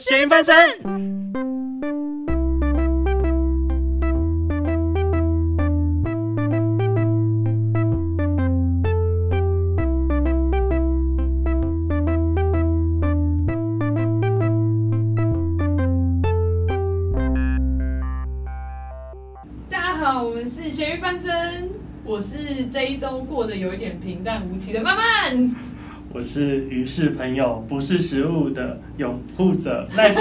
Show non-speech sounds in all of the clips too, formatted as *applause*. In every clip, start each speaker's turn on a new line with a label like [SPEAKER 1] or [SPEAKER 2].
[SPEAKER 1] 咸鱼翻身。
[SPEAKER 2] 大家好，我们是咸鱼翻身，我是这一周过得有一点平淡无奇的曼
[SPEAKER 1] *laughs*
[SPEAKER 2] 曼。
[SPEAKER 1] 我是鱼是朋友，不是食物的拥
[SPEAKER 2] *laughs*
[SPEAKER 1] 护者赖皮。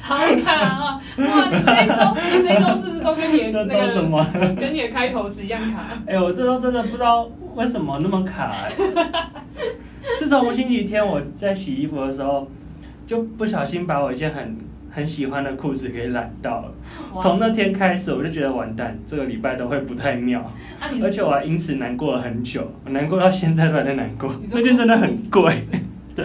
[SPEAKER 2] 好卡啊！哇，你这一周，你这一周是不是都跟你的
[SPEAKER 1] *laughs* 这
[SPEAKER 2] 那
[SPEAKER 1] 周
[SPEAKER 2] *laughs*
[SPEAKER 1] 怎么
[SPEAKER 2] 个，
[SPEAKER 1] 了？
[SPEAKER 2] 跟你的开头是一样
[SPEAKER 1] *laughs*
[SPEAKER 2] 卡？
[SPEAKER 1] 哎、我这周真的不知道为什么那么卡、
[SPEAKER 2] *laughs*
[SPEAKER 1] 哎自从我星期天我在洗衣服的时候，就不小心把我一件很很喜欢的裤子给染到了。
[SPEAKER 2] 哇
[SPEAKER 1] 从那天开始，我就觉得完蛋，这个礼拜都会不太
[SPEAKER 2] *laughs*
[SPEAKER 1] 妙，
[SPEAKER 2] 啊你，
[SPEAKER 1] 而且我还因此难过了很久，我难过到现在都还在难过
[SPEAKER 2] 你。说
[SPEAKER 1] 那件真的很贵，
[SPEAKER 2] *laughs*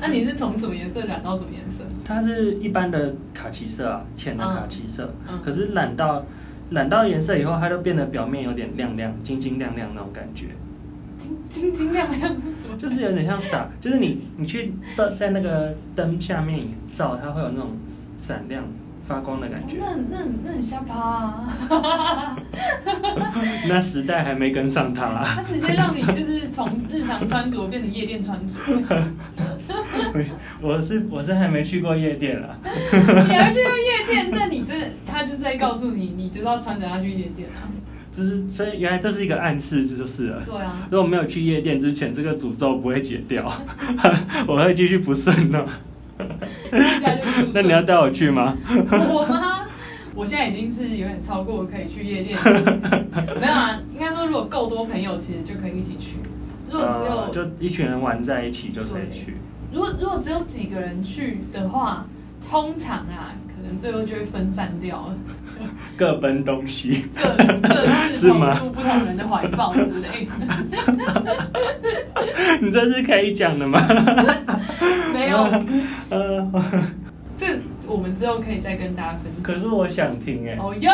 [SPEAKER 2] 那你是从什么颜色染到什么颜色？
[SPEAKER 1] 它是一般的卡其色啊，浅的卡其色，
[SPEAKER 2] 嗯嗯
[SPEAKER 1] 可是染到染到颜色以后，它就变得表面有点亮亮、晶晶亮亮那种感觉，
[SPEAKER 2] 金金金亮亮是什么？
[SPEAKER 1] 就是有点像洒，就是你你去照在那个灯下面照，它会有那种闪亮发光的感觉。
[SPEAKER 2] 那哦那那很瞎趴啊！ *laughs*
[SPEAKER 1] 那时代还没跟上它、
[SPEAKER 2] 它直接让你就是从日常穿着变成夜店穿
[SPEAKER 1] *laughs*
[SPEAKER 2] 着，
[SPEAKER 1] *laughs* 我是我是还没去过夜店啦。
[SPEAKER 2] 你还去夜店？那你这他就是在告诉你，你就是要穿着它去夜店啊！
[SPEAKER 1] 就是所以原来这是一个暗示，这就是了。
[SPEAKER 2] 对啊，
[SPEAKER 1] 如果没有去夜店之前，这个诅咒不会解掉， *laughs* 我会继续不顺呢。
[SPEAKER 2] 一下就入睡
[SPEAKER 1] *laughs* 那你要带我去吗？
[SPEAKER 2] 我吗？我现在已经是有点超过可以去夜店的年纪，没有啊，应该说如果够多朋友，其实就可以一起去。如果只有、
[SPEAKER 1] 呃就一群人玩在一起就可以去。
[SPEAKER 2] 如果如果只有几个人去的话，通常啊，可能最后就会分散掉了，
[SPEAKER 1] 各奔东西， *laughs*
[SPEAKER 2] 各各自
[SPEAKER 1] 是吗
[SPEAKER 2] 投入不同人的怀抱之类的。
[SPEAKER 1] 你这是可以讲的吗？ *laughs*
[SPEAKER 2] 没有，
[SPEAKER 1] 呃，
[SPEAKER 2] 这我们之后可以再跟大家分享。
[SPEAKER 1] 可是我想听哎、
[SPEAKER 2] 哦哟，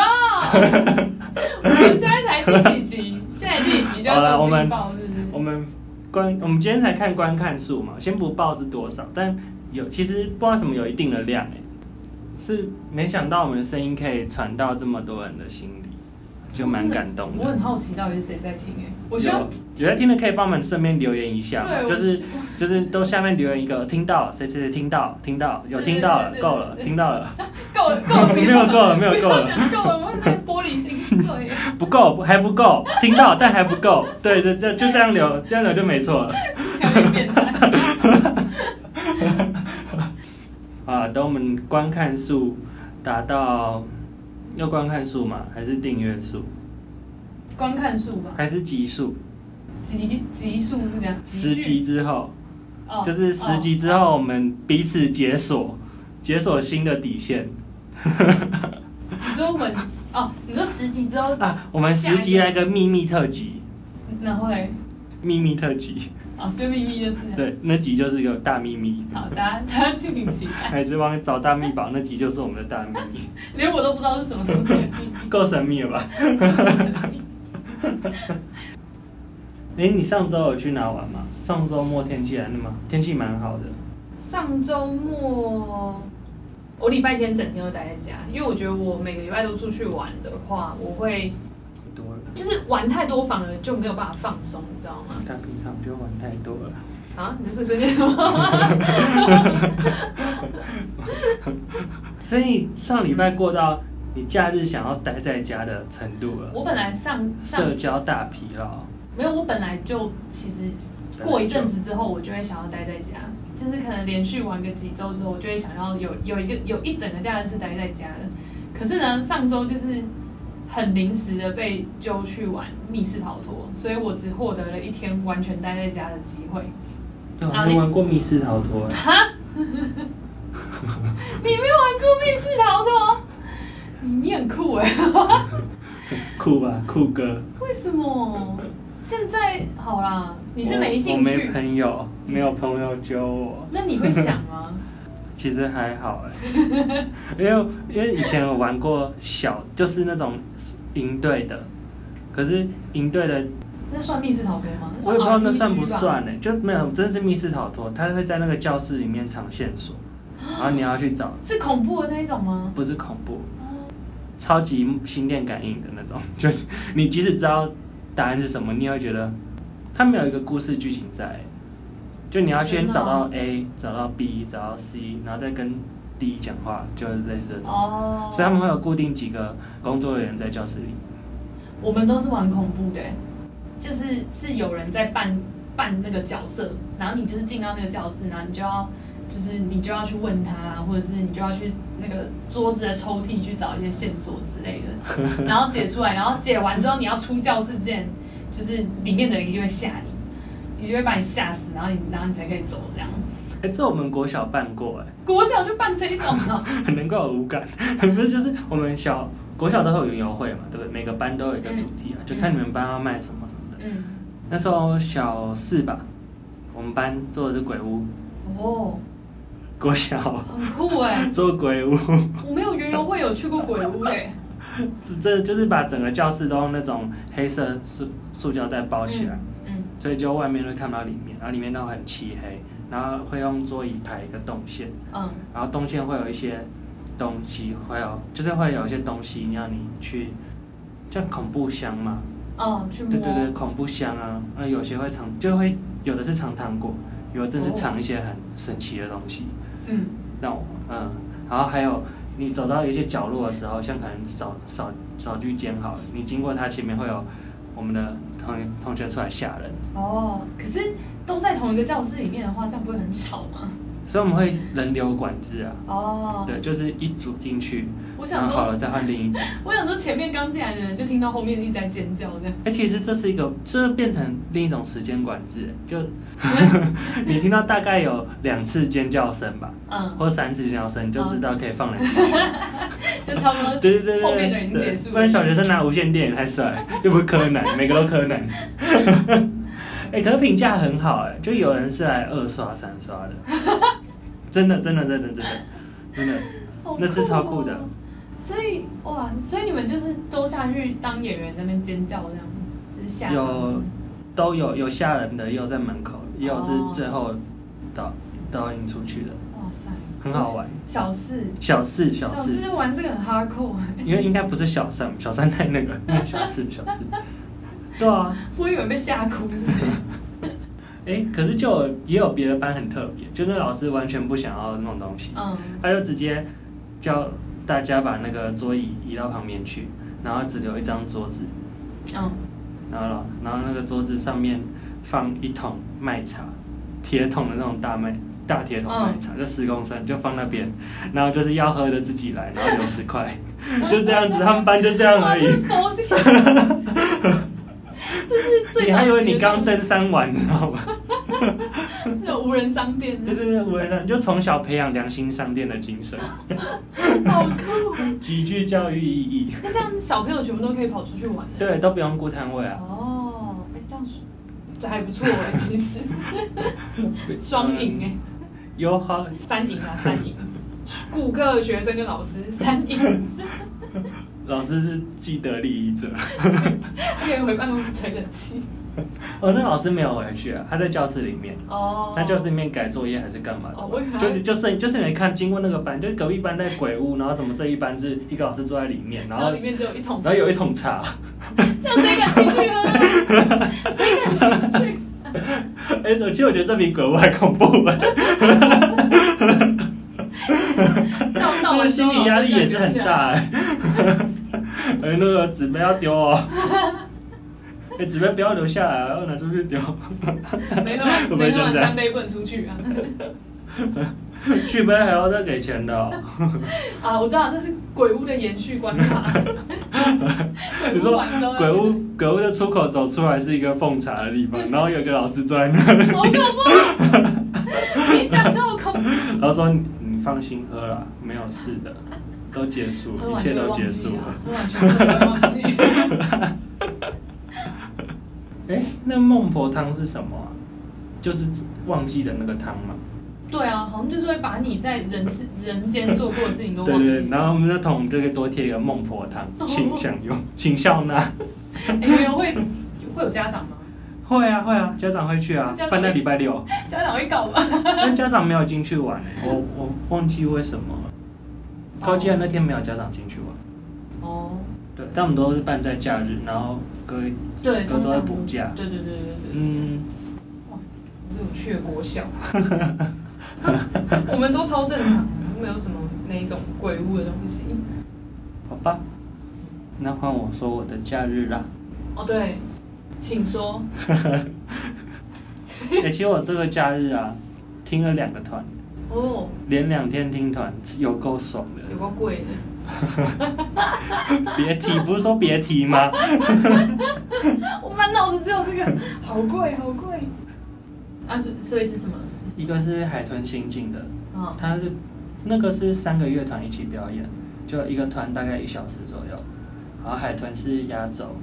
[SPEAKER 2] *laughs* 我们现在才第几集？现在第几集就
[SPEAKER 1] 好啦
[SPEAKER 2] 要
[SPEAKER 1] 我们
[SPEAKER 2] 进报是不是？
[SPEAKER 1] 我们观我们今天才看观看数嘛，先不报是多少，但有其实不知道什么有一定的量哎、是没想到我们的声音可以传到这么多人的心里，就蛮感动
[SPEAKER 2] 我
[SPEAKER 1] 的。
[SPEAKER 2] 很好奇到底是谁在听哎、我希望
[SPEAKER 1] 有有在听的可以帮我们顺便留言一下嘛，
[SPEAKER 2] 对，
[SPEAKER 1] 就
[SPEAKER 2] 我
[SPEAKER 1] 是
[SPEAKER 2] 希
[SPEAKER 1] 就是都下面留言一个听到谁谁谁听到听到有听到了
[SPEAKER 2] 对对对对
[SPEAKER 1] 够了
[SPEAKER 2] 对
[SPEAKER 1] 听到了
[SPEAKER 2] 够了够了，
[SPEAKER 1] 没有够了没有
[SPEAKER 2] 不要
[SPEAKER 1] 够了
[SPEAKER 2] 讲够了，我会太玻璃心碎欸。
[SPEAKER 1] 不够不还不够听到但还不够对对对就这样留这样留就没错了
[SPEAKER 2] 有点变态。
[SPEAKER 1] 啊。等我们观看数达到要观看数嘛，还是订阅数，
[SPEAKER 2] 观看数吧，
[SPEAKER 1] 还是集数？
[SPEAKER 2] 集集数是这样，
[SPEAKER 1] 十
[SPEAKER 2] 集
[SPEAKER 1] 集之后，
[SPEAKER 2] 剧哦
[SPEAKER 1] 就是十集之
[SPEAKER 2] 哦
[SPEAKER 1] 后，我们彼此解锁解锁新的底线。 *laughs*
[SPEAKER 2] 你说文哦，你说十集之后，
[SPEAKER 1] 啊，我们十集来个秘密特辑，
[SPEAKER 2] 然后嘞，
[SPEAKER 1] 秘密特辑，
[SPEAKER 2] 哦，最秘密就是
[SPEAKER 1] 对，那集就是一个大秘密，
[SPEAKER 2] 好，大家大家敬请期待，
[SPEAKER 1] 海之王找大秘宝那集就是我们的大秘密，
[SPEAKER 2] 连我都不知道是什么东西的秘密。
[SPEAKER 1] 够神秘了 *laughs* 吧？哎、你上周有去哪玩吗？上周末天气还那么，天气蛮好的，
[SPEAKER 2] 上周末，我礼拜天整天都待在家，因为我觉得我每个礼拜都出去玩的话，我会
[SPEAKER 1] 多了。
[SPEAKER 2] 就是玩太多，反而就没有办法放松，你知道吗？
[SPEAKER 1] 他平常就玩太多了。
[SPEAKER 2] 啊，你在碎碎念什么？
[SPEAKER 1] 所以你上礼拜过到你假日想要待在家的程度了，
[SPEAKER 2] 我本来上上
[SPEAKER 1] 社交大疲劳。
[SPEAKER 2] 没有，我本来就其实过一阵子之后，我就会想要待在家，就是可能连续玩个几周之后，我就会想要有有一个有一整个假日是待在家的。可是呢，上周就是很临时的被揪去玩密室逃脱，所以我只获得了一天完全待在家的机会。
[SPEAKER 1] 哎
[SPEAKER 2] 啊
[SPEAKER 1] 我没玩过密室逃脱、哎
[SPEAKER 2] 哈？ *laughs* 你没有玩过密室逃脱？你你很酷哎、
[SPEAKER 1] 酷吧，酷哥。
[SPEAKER 2] *laughs* 为什么？现在好啦，你是没
[SPEAKER 1] 我
[SPEAKER 2] 兴
[SPEAKER 1] 我没
[SPEAKER 2] 趣，
[SPEAKER 1] 朋友，没有朋友揪我，
[SPEAKER 2] 那你会想吗？ *laughs*
[SPEAKER 1] 其实还好哎、 *laughs* 因为因为以前我玩过小，就是那种营队的，可是营队的
[SPEAKER 2] 那算密室逃脱吗？
[SPEAKER 1] 我也不知道那算不欸
[SPEAKER 2] RPG 吧。
[SPEAKER 1] 算呢、就没有，真的是密室逃脱，他会在那个教室里面藏线索，然后你要去找，
[SPEAKER 2] 是恐怖的那一种吗？
[SPEAKER 1] 不是恐怖，超级心电感应的那种， *laughs* 就是你即使知道答案是什么，你也会觉得它没有一个故事剧情在，就你要先找到 A，找到 B，找到 C，然后再跟 D 讲话，就是类似这种。
[SPEAKER 2] 哦，
[SPEAKER 1] 所以他们会有固定几个工作人员在教室里，
[SPEAKER 2] 我们都是玩恐怖的、就是是有人在扮扮那个角色，然后你就是进到那个教室，然后你就要就是你就要去问他，或者是你就要去那个桌子的抽屉去找一些线索之类
[SPEAKER 1] *laughs*
[SPEAKER 2] 的，然后解出来，然后解完之后你要出教室之前，就是里面的人就会吓你，你就会把你吓死，然后你然后你才可以走这样。
[SPEAKER 1] 哎、这我们国小办过、哎。
[SPEAKER 2] 国小就办这一种啊
[SPEAKER 1] *laughs*
[SPEAKER 2] 了，
[SPEAKER 1] 很能够有五感， *laughs* 不是就是我们小国小都会有园游会嘛，对不对？每个班都有一个主题啊，就看你们班要卖什么什么的。
[SPEAKER 2] 嗯，
[SPEAKER 1] 那时候小四吧，我们班做的是鬼屋，
[SPEAKER 2] 哦，
[SPEAKER 1] 国小 *laughs*
[SPEAKER 2] 很酷哎、
[SPEAKER 1] 做鬼屋，
[SPEAKER 2] 我没有园游会有去过鬼
[SPEAKER 1] *laughs*
[SPEAKER 2] 屋哎、
[SPEAKER 1] 是这就是把整个教室都用那种黑色塑塑胶袋包起来，
[SPEAKER 2] 嗯，
[SPEAKER 1] 所以就外面都看不到里面，然后里面都很漆黑，然后会用桌椅排一个动线，
[SPEAKER 2] 嗯
[SPEAKER 1] 然后动线会有一些东西，会有就是会有一些东西让你去，像恐怖箱嘛。
[SPEAKER 2] 嗯，去摸，
[SPEAKER 1] 对对对，恐怖箱啊，那有些会尝，就会有的是尝糖果，有的真的是尝一些很神奇的东西。
[SPEAKER 2] 嗯。
[SPEAKER 1] 那我嗯，然后还有你走到一些角落的时候，像可能扫扫扫地间好了，你经过它前面会有我们的同同学出来吓人，
[SPEAKER 2] 哦，可是都在同一个教室里面的话，这样不会很吵吗？
[SPEAKER 1] 所以我们会人流管制啊。
[SPEAKER 2] 哦，
[SPEAKER 1] 对，就是一组进去，
[SPEAKER 2] 我
[SPEAKER 1] 然
[SPEAKER 2] 想
[SPEAKER 1] 后好
[SPEAKER 2] 说，
[SPEAKER 1] 了再换另一组。
[SPEAKER 2] 我想说前面刚进来的人就听到后面一直在尖叫这样。
[SPEAKER 1] 哎、其实这是一个，这变成另一种时间管制，就 *laughs* 你听到大概有两次尖叫声吧，
[SPEAKER 2] 嗯，
[SPEAKER 1] 或三次尿声，你就知道可以放人进
[SPEAKER 2] *laughs*
[SPEAKER 1] 去。
[SPEAKER 2] 就差不多。
[SPEAKER 1] *laughs* 对对对对
[SPEAKER 2] 后面的已经结束
[SPEAKER 1] 对
[SPEAKER 2] 了
[SPEAKER 1] 不然小学生拿无线电也太帅了，又不是
[SPEAKER 2] *laughs*
[SPEAKER 1] 柯南，每个都柯南。 *laughs* 哎、可是评价很好哎、就有人是来二刷三刷
[SPEAKER 2] *laughs*
[SPEAKER 1] 的，真的真的真的真的真的，
[SPEAKER 2] 好
[SPEAKER 1] 那是超酷
[SPEAKER 2] 哦
[SPEAKER 1] 的。
[SPEAKER 2] 所以哇，所以你们就是都下去当演员在那边尖叫这样，就是吓到
[SPEAKER 1] 有都有有吓人的，也有在门口，也有是
[SPEAKER 2] 哦
[SPEAKER 1] 最后导导引出去的，
[SPEAKER 2] 哇塞，
[SPEAKER 1] 很好玩。
[SPEAKER 2] 小四，
[SPEAKER 1] 小四小四，
[SPEAKER 2] 四玩这个很 hardcore，欸
[SPEAKER 1] 因为应该不是小三，小三太那个，小四小四，对啊。
[SPEAKER 2] 我以为被吓哭是不
[SPEAKER 1] *laughs*
[SPEAKER 2] 是。
[SPEAKER 1] 哎、可是就有也有别的班很特别，就那老师完全不想要弄东西，
[SPEAKER 2] 嗯，
[SPEAKER 1] 他就直接叫大家把那个桌椅移到旁边去，然后只留一张桌子，
[SPEAKER 2] 嗯，
[SPEAKER 1] 然后老然后那个桌子上面放一桶麦茶，铁桶的那种大麦大铁桶麦茶，就十公升，就放那边，然后就是要喝的自己来，然后留十块， *laughs* 就这样子，他们班就这样
[SPEAKER 2] 哇，
[SPEAKER 1] 而
[SPEAKER 2] 这
[SPEAKER 1] 已。
[SPEAKER 2] 是佛系，这是最
[SPEAKER 1] 你
[SPEAKER 2] 早
[SPEAKER 1] 还以为
[SPEAKER 2] 期的
[SPEAKER 1] 你刚
[SPEAKER 2] 那种
[SPEAKER 1] 登山完，你知道吗？ *laughs*
[SPEAKER 2] 那种无人商店，
[SPEAKER 1] 对对对，我也是，就从小培养良心商店的精神。
[SPEAKER 2] 好酷。
[SPEAKER 1] 极具教育意义。
[SPEAKER 2] 那这样小朋友全部都可以跑出去玩的。
[SPEAKER 1] 对，都不用顾摊位啊，
[SPEAKER 2] 哦，哎，这样是这还不错哎，其实双赢
[SPEAKER 1] *laughs*
[SPEAKER 2] 哎，
[SPEAKER 1] 嗯。有好，
[SPEAKER 2] 三赢啊，三赢。顾客、学生跟老师三赢，
[SPEAKER 1] 老师是既得利益者。 *laughs*
[SPEAKER 2] 可以回办公室吹冷气。
[SPEAKER 1] 哦，那老师没有回去啊，他在教室里面，
[SPEAKER 2] 哦，
[SPEAKER 1] 他教室里面改作业还是干嘛的？
[SPEAKER 2] 哦，我以为
[SPEAKER 1] 就
[SPEAKER 2] 他
[SPEAKER 1] 就是就是你看经过那个班，就隔壁班在鬼屋，然后怎么这一班是一个老师坐在里面，然
[SPEAKER 2] 然
[SPEAKER 1] 后
[SPEAKER 2] 后里面只有一桶，
[SPEAKER 1] 然后有一桶茶，
[SPEAKER 2] 这样谁敢进去喝？
[SPEAKER 1] *laughs*
[SPEAKER 2] 谁敢进去？
[SPEAKER 1] 哎、我其实我觉得这比鬼屋还恐怖吧，
[SPEAKER 2] 那那
[SPEAKER 1] 这
[SPEAKER 2] 我
[SPEAKER 1] 个心理压力也是很
[SPEAKER 2] 希望老师这样留下来。
[SPEAKER 1] 大、哎 *laughs* 哎、那个纸杯要
[SPEAKER 2] *laughs*
[SPEAKER 1] 丢哦，哎、纸杯不要留下来，哦要拿出去丢， *laughs*
[SPEAKER 2] 没喝
[SPEAKER 1] 会
[SPEAKER 2] 完，
[SPEAKER 1] 不会
[SPEAKER 2] 没
[SPEAKER 1] 这
[SPEAKER 2] 喝
[SPEAKER 1] 样
[SPEAKER 2] 完三杯不能出去啊！ *laughs*
[SPEAKER 1] 续杯还要再给钱的、哦。
[SPEAKER 2] *laughs* 啊，我知道那是鬼屋的延续关卡。
[SPEAKER 1] *laughs*
[SPEAKER 2] 鬼
[SPEAKER 1] 你
[SPEAKER 2] 屋
[SPEAKER 1] 说
[SPEAKER 2] 完之后要
[SPEAKER 1] 鬼
[SPEAKER 2] 去
[SPEAKER 1] 屋鬼屋的出口走出来是一个奉茶的地方，然后有一个老师坐在那，
[SPEAKER 2] 哪，好恐怖！啊
[SPEAKER 1] *laughs*
[SPEAKER 2] 你讲到恐怖，
[SPEAKER 1] 然后说你你放心喝啦，没有事的，都结束，
[SPEAKER 2] 喝
[SPEAKER 1] 一
[SPEAKER 2] 完
[SPEAKER 1] 切
[SPEAKER 2] 就
[SPEAKER 1] 都
[SPEAKER 2] 会
[SPEAKER 1] 结
[SPEAKER 2] 忘
[SPEAKER 1] 束
[SPEAKER 2] 记啊
[SPEAKER 1] 了。，
[SPEAKER 2] 喝完全部都会忘记。 *laughs*
[SPEAKER 1] 哎，那孟婆汤是什么啊？就是忘记的那个汤嘛。
[SPEAKER 2] 对啊，好像就是会把你在人世人间做过的事情都
[SPEAKER 1] 对
[SPEAKER 2] 忘
[SPEAKER 1] 对，
[SPEAKER 2] 记
[SPEAKER 1] 对。然后我们的桶这个多贴一个
[SPEAKER 2] *laughs*
[SPEAKER 1] 孟婆汤，请享用，请笑纳。
[SPEAKER 2] 哎，你们会会有家长吗？
[SPEAKER 1] 会啊会啊，家长会去啊
[SPEAKER 2] 家长，
[SPEAKER 1] 办在礼拜六，
[SPEAKER 2] 家长会搞吧？
[SPEAKER 1] 但家长没有进去玩、欸，我我忘记为什么了。高阶的那天没有家长进去玩，
[SPEAKER 2] 哦，
[SPEAKER 1] 对，但我们都是办在假日，然后隔
[SPEAKER 2] 对，
[SPEAKER 1] 隔周会补假。
[SPEAKER 2] 对对对对对对，
[SPEAKER 1] 嗯，
[SPEAKER 2] 有趣的国小，啊我们都超正常，没有什么那一种鬼屋的东西。
[SPEAKER 1] 好吧，那换我说我的假日
[SPEAKER 2] *laughs*
[SPEAKER 1] 啦。
[SPEAKER 2] 哦，对，请说。
[SPEAKER 1] 欸其实我这个假日啊，听了两个团，
[SPEAKER 2] 哦，
[SPEAKER 1] 连两天听团，有够爽的。
[SPEAKER 2] 有个贵的，
[SPEAKER 1] 别提，不是说别
[SPEAKER 2] *laughs*
[SPEAKER 1] 提吗？
[SPEAKER 2] 我满脑子只有这个，好贵，好贵。啊，所所以是什么？是
[SPEAKER 1] 一个是海豚刑警的，
[SPEAKER 2] 啊，
[SPEAKER 1] 它是那个是三个乐团一起表演，就一个团大概一小时左右。然后海豚是压轴，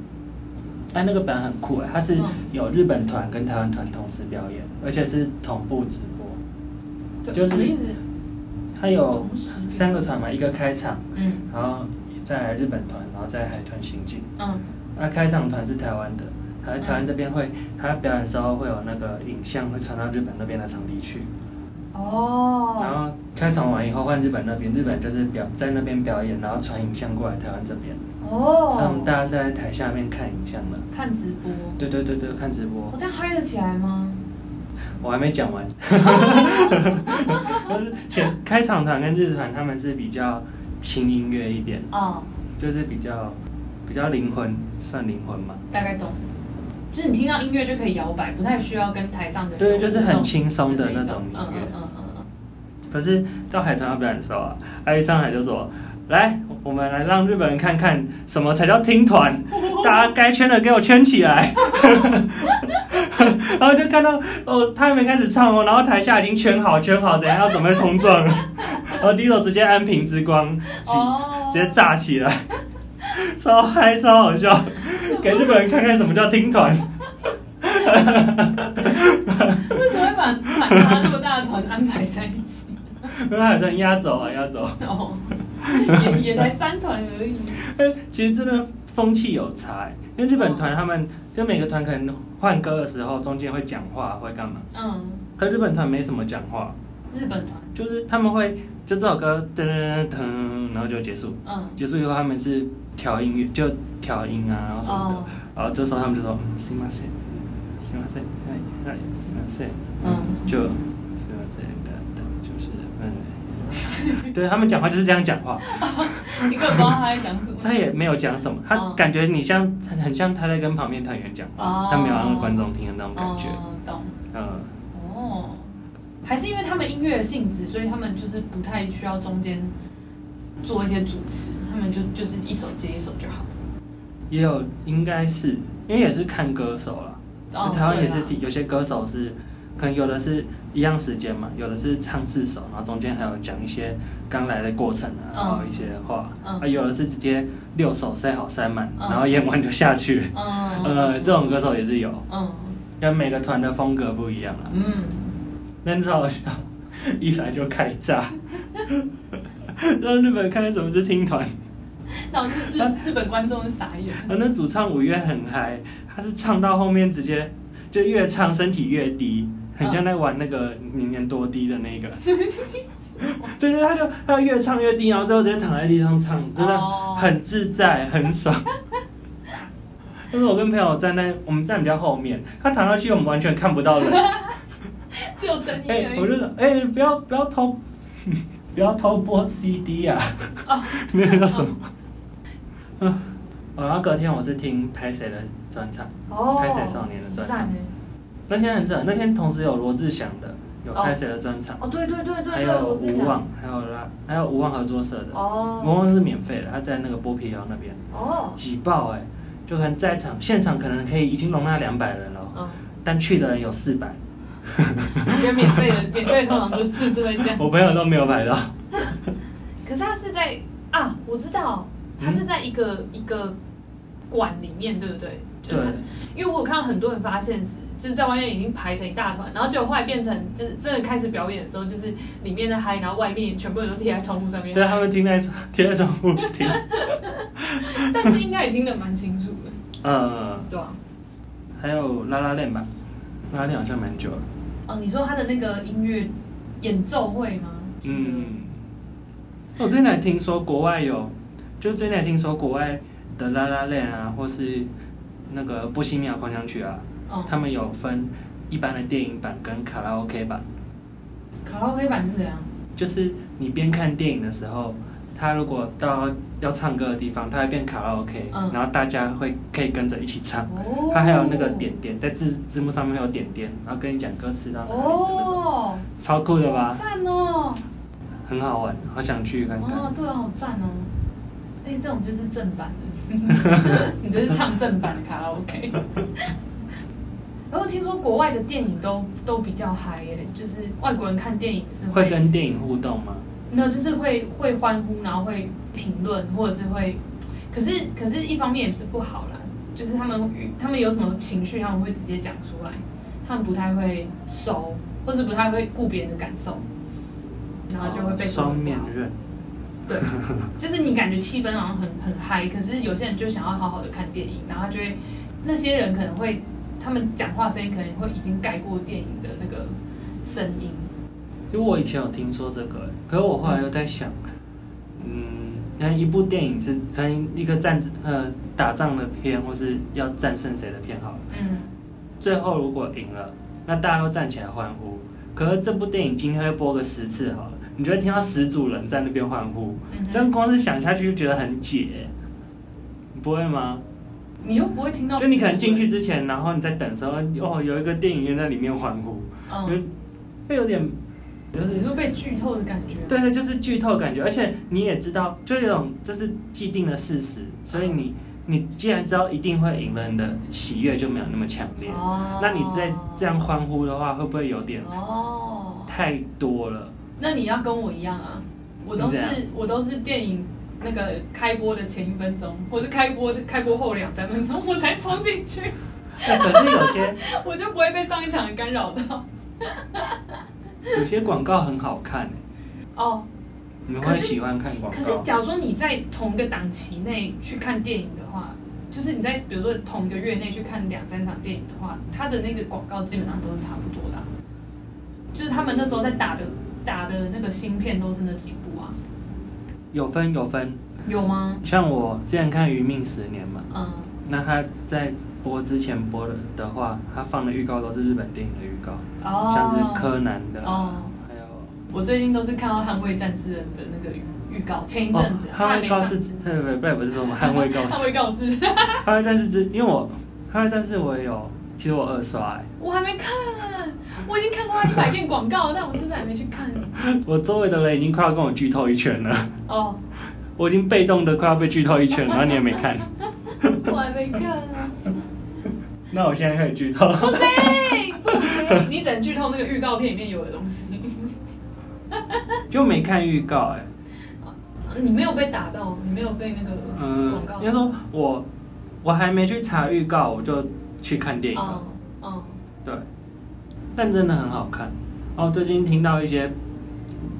[SPEAKER 1] 哎、那个本来很酷哎、它是
[SPEAKER 2] 嗯
[SPEAKER 1] 有日本团跟台湾团同时表演，而且是同步直播。
[SPEAKER 2] 对
[SPEAKER 1] 就是
[SPEAKER 2] 什么意思？
[SPEAKER 1] 它有
[SPEAKER 2] 同时
[SPEAKER 1] 三个团嘛，一个开场，
[SPEAKER 2] 嗯
[SPEAKER 1] 然后再来日本团，然后再来海豚刑警。
[SPEAKER 2] 嗯
[SPEAKER 1] 那开场团是台湾的，台台湾这边会，他表演的时候会有那个影像会传到日本那边的场地去，然
[SPEAKER 2] 哦，
[SPEAKER 1] 后开场完以后换日本那边，日本就是表在那边表演，然后传影像过来台湾这边，
[SPEAKER 2] 哦，
[SPEAKER 1] 所以我们大家是在台下面看影像的。
[SPEAKER 2] 看直播，
[SPEAKER 1] 对对对对，看直播
[SPEAKER 2] *laughs* 我，这样嗨得起来吗？
[SPEAKER 1] 我还没讲完。 *laughs* 就是前开场团跟日团他们是比较轻音乐一点，
[SPEAKER 2] 哦，
[SPEAKER 1] 就是比较比较灵魂，算灵魂嘛。
[SPEAKER 2] 大概懂。就是你听到音乐就可以摇摆，不太需要跟台上的人
[SPEAKER 1] 对，
[SPEAKER 2] 有
[SPEAKER 1] 就是
[SPEAKER 2] 互
[SPEAKER 1] 很
[SPEAKER 2] 动
[SPEAKER 1] 轻松的那种
[SPEAKER 2] 种
[SPEAKER 1] 音
[SPEAKER 2] 嗯
[SPEAKER 1] 乐
[SPEAKER 2] 嗯。嗯嗯嗯，
[SPEAKER 1] 可是到海豚要表演的时候啊，阿姨上来就说：“来，我们来让日本人看看什么才叫听团，大家该圈的给我圈起来。” *laughs* 然后就看到哦，他还没开始唱哦，然后台下已经圈好圈好，等一下要准备冲撞了。然后第一首直接安平之光，起
[SPEAKER 2] 哦
[SPEAKER 1] 嗯直接炸起来，超嗨超好笑，给日本人看看什么叫听团。
[SPEAKER 2] 为什么会把把他那么大的团安排在一起？
[SPEAKER 1] 因为海豚压轴啊压轴，
[SPEAKER 2] 哦，也也才三团而已。
[SPEAKER 1] 但 *laughs* 其实真的风气有差、欸，因为日本团他
[SPEAKER 2] 哦
[SPEAKER 1] 们就每个团可能换歌的时候中间会讲话会干嘛，
[SPEAKER 2] 嗯，
[SPEAKER 1] 可日本团没什么讲话，
[SPEAKER 2] 日本团，
[SPEAKER 1] 就是他们会就这首歌噔噔噔噔，然后就结束，
[SPEAKER 2] 嗯，
[SPEAKER 1] 结束以后他们是调音乐就调音啊，然后什么
[SPEAKER 2] 哦，
[SPEAKER 1] 的，然后这时候他们就说嗯，すいません，すいません，哎哎，すいません，
[SPEAKER 2] 嗯
[SPEAKER 1] 就すいません的的，就是嗯，对他们讲话就是这样讲话。
[SPEAKER 2] 你根本不知道他在讲什么。
[SPEAKER 1] 他也没有讲什么，他
[SPEAKER 2] 嗯
[SPEAKER 1] 感觉你像很像他在跟旁边团员讲
[SPEAKER 2] 哦
[SPEAKER 1] 话，他没有让观众听的那种感觉。
[SPEAKER 2] 哦，懂。
[SPEAKER 1] 嗯，
[SPEAKER 2] 哦，还是因为他们音乐的性质，所以他们就是不太需要中间做一些主持，他们就就是一首接一首就好。
[SPEAKER 1] 也有应该是因为也是看歌手啦，
[SPEAKER 2] 哦，
[SPEAKER 1] 台湾也是
[SPEAKER 2] 对啦
[SPEAKER 1] 挺有些歌手是可能有的是一样时间嘛，有的是唱四首，然后中间还有讲一些刚来的过程啊，
[SPEAKER 2] 嗯
[SPEAKER 1] 然后一些话，
[SPEAKER 2] 嗯
[SPEAKER 1] 啊有的是直接六首塞好塞满，
[SPEAKER 2] 嗯
[SPEAKER 1] 然后演完就下去。
[SPEAKER 2] 嗯，
[SPEAKER 1] 呃，这种歌手也是有，
[SPEAKER 2] 嗯
[SPEAKER 1] 跟每个团的风格不一样啦。啊
[SPEAKER 2] 嗯，
[SPEAKER 1] 那超好笑，一来就开炸，让日本人看看什么是听团。
[SPEAKER 2] 那我日日日本观众是傻眼。
[SPEAKER 1] 啊，那主唱五月很嗨，他是唱到后面直接就越唱身体越低，很像在玩那个年年多低的那个。对对，他就他就越唱越低，然后最后直接躺在地上唱，真的
[SPEAKER 2] 哦
[SPEAKER 1] 很自在，很爽。但是我跟朋友站在我们站比较后面，他躺下去我们完全看不到人。
[SPEAKER 2] 只有声音
[SPEAKER 1] 哎、
[SPEAKER 2] 而
[SPEAKER 1] 我
[SPEAKER 2] 已。
[SPEAKER 1] 就说，哎、不要不要偷， *laughs* 不要偷播 CD 啊！ *laughs*
[SPEAKER 2] 哦
[SPEAKER 1] 没有叫什么。嗯，哦然后隔天我是听拍谁的专场，
[SPEAKER 2] 哦
[SPEAKER 1] 拍谁少年的专
[SPEAKER 2] 赞
[SPEAKER 1] 场。
[SPEAKER 2] 欸
[SPEAKER 1] 那天很正，那天同时有罗志祥的，有拍谁的专场，
[SPEAKER 2] 哦，对对对对对，
[SPEAKER 1] 还有
[SPEAKER 2] 我之
[SPEAKER 1] 无
[SPEAKER 2] 前
[SPEAKER 1] 望，还有啦，还有无望合作社的。无
[SPEAKER 2] 哦
[SPEAKER 1] 望是免费的，他在那个剥皮寮那边
[SPEAKER 2] 哦，
[SPEAKER 1] 挤爆哎、就可能在场现场可能可以已经容纳两百人了，
[SPEAKER 2] 嗯，
[SPEAKER 1] 但去的人有
[SPEAKER 2] *laughs*
[SPEAKER 1] 四百，
[SPEAKER 2] 我觉得免费的免费通常就就是会这
[SPEAKER 1] *laughs*
[SPEAKER 2] 样。
[SPEAKER 1] 我朋友都没有买到。
[SPEAKER 2] 可是他是在啊，我知道他是在一个一个馆里面，对不对？就
[SPEAKER 1] 对
[SPEAKER 2] 是他，因为我有看到很多人发现时，就是在外面已经排成一大团，然后结果后来变成就是真的开始表演的时候，就是里面在嗨，然后外面全部人都贴在窗户上面。
[SPEAKER 1] 对他，们听在贴在窗户听。
[SPEAKER 2] 但是应该也听得蛮清楚的，
[SPEAKER 1] 呃，
[SPEAKER 2] 对吧？
[SPEAKER 1] 还有拉拉链吧，拉拉链好像蛮久了。
[SPEAKER 2] 哦，你说他的那个音乐演奏会吗？
[SPEAKER 1] 嗯，我最近还听说国外有，就最近还听说国外的拉拉链啊，或是那个波西米亚狂想曲啊，
[SPEAKER 2] 哦，
[SPEAKER 1] 他们有分一般的电影版跟卡拉 OK 版，
[SPEAKER 2] 卡拉 OK 版是怎样？
[SPEAKER 1] 就是你边看电影的时候。他如果到要唱歌的地方，他会变卡拉 OK，、
[SPEAKER 2] 嗯
[SPEAKER 1] 然后大家会可以跟着一起唱。
[SPEAKER 2] 哦，
[SPEAKER 1] 它还有那个点点，在字字幕上面会有点点，然后跟你讲歌词到哪里的那种，
[SPEAKER 2] 哦，
[SPEAKER 1] 超酷的
[SPEAKER 2] 好
[SPEAKER 1] 吧？
[SPEAKER 2] 赞哦，
[SPEAKER 1] 很好玩，好想去看看。
[SPEAKER 2] 哦，对啊，好赞哦。哎，这种就是正版 *laughs* 的，你这是唱正版的卡拉 *laughs* OK。然后听说国外的电影都都比较嗨耶，就是外国人看电影是
[SPEAKER 1] 会跟电影互动吗？
[SPEAKER 2] 没有，就是会会欢呼，然后会评论，或者是会，可是可是一方面也是不好啦，就是他们他们有什么情绪，他们会直接讲出来，他们不太会收，或者不太会顾别人的感受，然后就会被
[SPEAKER 1] 哦双面刃。
[SPEAKER 2] 就是你感觉气氛好像很很嗨，可是有些人就想要好好的看电影，然后他就会那些人可能会他们讲话声音可能会已经盖过电影的那个声音，
[SPEAKER 1] 因为我以前有听说这个，可是我后来又在想，嗯，那一部电影是可能一个战呃打仗的片，或是要战胜谁的片好了，
[SPEAKER 2] 嗯，
[SPEAKER 1] 最后如果赢了，那大家都站起来欢呼。可是这部电影今天会播个十次好了，你就会听到十组人在那边欢呼。
[SPEAKER 2] 嗯哼
[SPEAKER 1] 这样光是想下去就觉得很解、你不会吗？
[SPEAKER 2] 你又不会听到，
[SPEAKER 1] 就你可能进去，之前，然后你在等的时候，哦，有一个电影院在里面欢呼，
[SPEAKER 2] 嗯
[SPEAKER 1] 就。会有点，就是
[SPEAKER 2] 你说被剧透的感觉吗，
[SPEAKER 1] 对对，就是剧透感觉，而且你也知道，就有一种这是既定的事实，所以你你既然知道一定会赢了，你的喜悦就没有那么强烈。
[SPEAKER 2] 哦
[SPEAKER 1] 那你再这样欢呼的话，会不会有点
[SPEAKER 2] 哦，
[SPEAKER 1] 太多了？
[SPEAKER 2] 那你要跟我一样啊，我都
[SPEAKER 1] 你
[SPEAKER 2] 是
[SPEAKER 1] 怎样
[SPEAKER 2] 我都是电影那个开播的前一分钟，或是开播开播后两三分钟，我才冲进去，
[SPEAKER 1] 那哎可是有些
[SPEAKER 2] 我就不会被上一场的干扰到。
[SPEAKER 1] 有些广告很好看、欸，
[SPEAKER 2] 哦，
[SPEAKER 1] 你
[SPEAKER 2] 可
[SPEAKER 1] 会
[SPEAKER 2] 是
[SPEAKER 1] 喜欢看广
[SPEAKER 2] 可是
[SPEAKER 1] 告？
[SPEAKER 2] 假如说你在同个档期内去看电影的话。就是你在比如说同一个月内去看两三场电影的话，它的那个广告基本上都是差不多的啊、就是他们那时候在打的打的那个芯片都是那几部啊。
[SPEAKER 1] 有分有分，
[SPEAKER 2] 有吗？
[SPEAKER 1] 像我之前看《余命十年》嘛，
[SPEAKER 2] 嗯，
[SPEAKER 1] 那他在播之前播的的话，他放的预告都是日本电影的预告，
[SPEAKER 2] 哦，
[SPEAKER 1] 像是柯南的，啊
[SPEAKER 2] 哦，
[SPEAKER 1] 还有
[SPEAKER 2] 我最近都是看到《捍卫战士》的那个预预告，前一
[SPEAKER 1] 哦
[SPEAKER 2] 阵子啊，
[SPEAKER 1] 捍卫告示，
[SPEAKER 2] 还
[SPEAKER 1] 对不对？不是说我们捍卫告
[SPEAKER 2] 没上捍 *laughs*
[SPEAKER 1] 示，
[SPEAKER 2] 卫告示，
[SPEAKER 1] 捍卫战士之，因为我捍卫战士我也有，其实我二刷、欸，
[SPEAKER 2] 我还没看，我已经看过他一百遍广告，但我就是还没去看。
[SPEAKER 1] 我周围的人已经快要跟我剧透一圈了， *laughs*
[SPEAKER 2] 哦，
[SPEAKER 1] 我已经被动的快要被剧透一圈了，然后你也没
[SPEAKER 2] *laughs*
[SPEAKER 1] 看，
[SPEAKER 2] 我还没看啊，
[SPEAKER 1] 那我现在开始剧透，
[SPEAKER 2] 不行，不行，你只能剧透那个预告片里面有的东西， *laughs*
[SPEAKER 1] 就没看预告、欸，哎。
[SPEAKER 2] 你没有被打到，你没有被那个
[SPEAKER 1] 嗯
[SPEAKER 2] 广，告
[SPEAKER 1] 应该说我我还没去查预告，我就去看电影了。
[SPEAKER 2] 嗯嗯，
[SPEAKER 1] 对，但真的很好看。然后最近听到一些，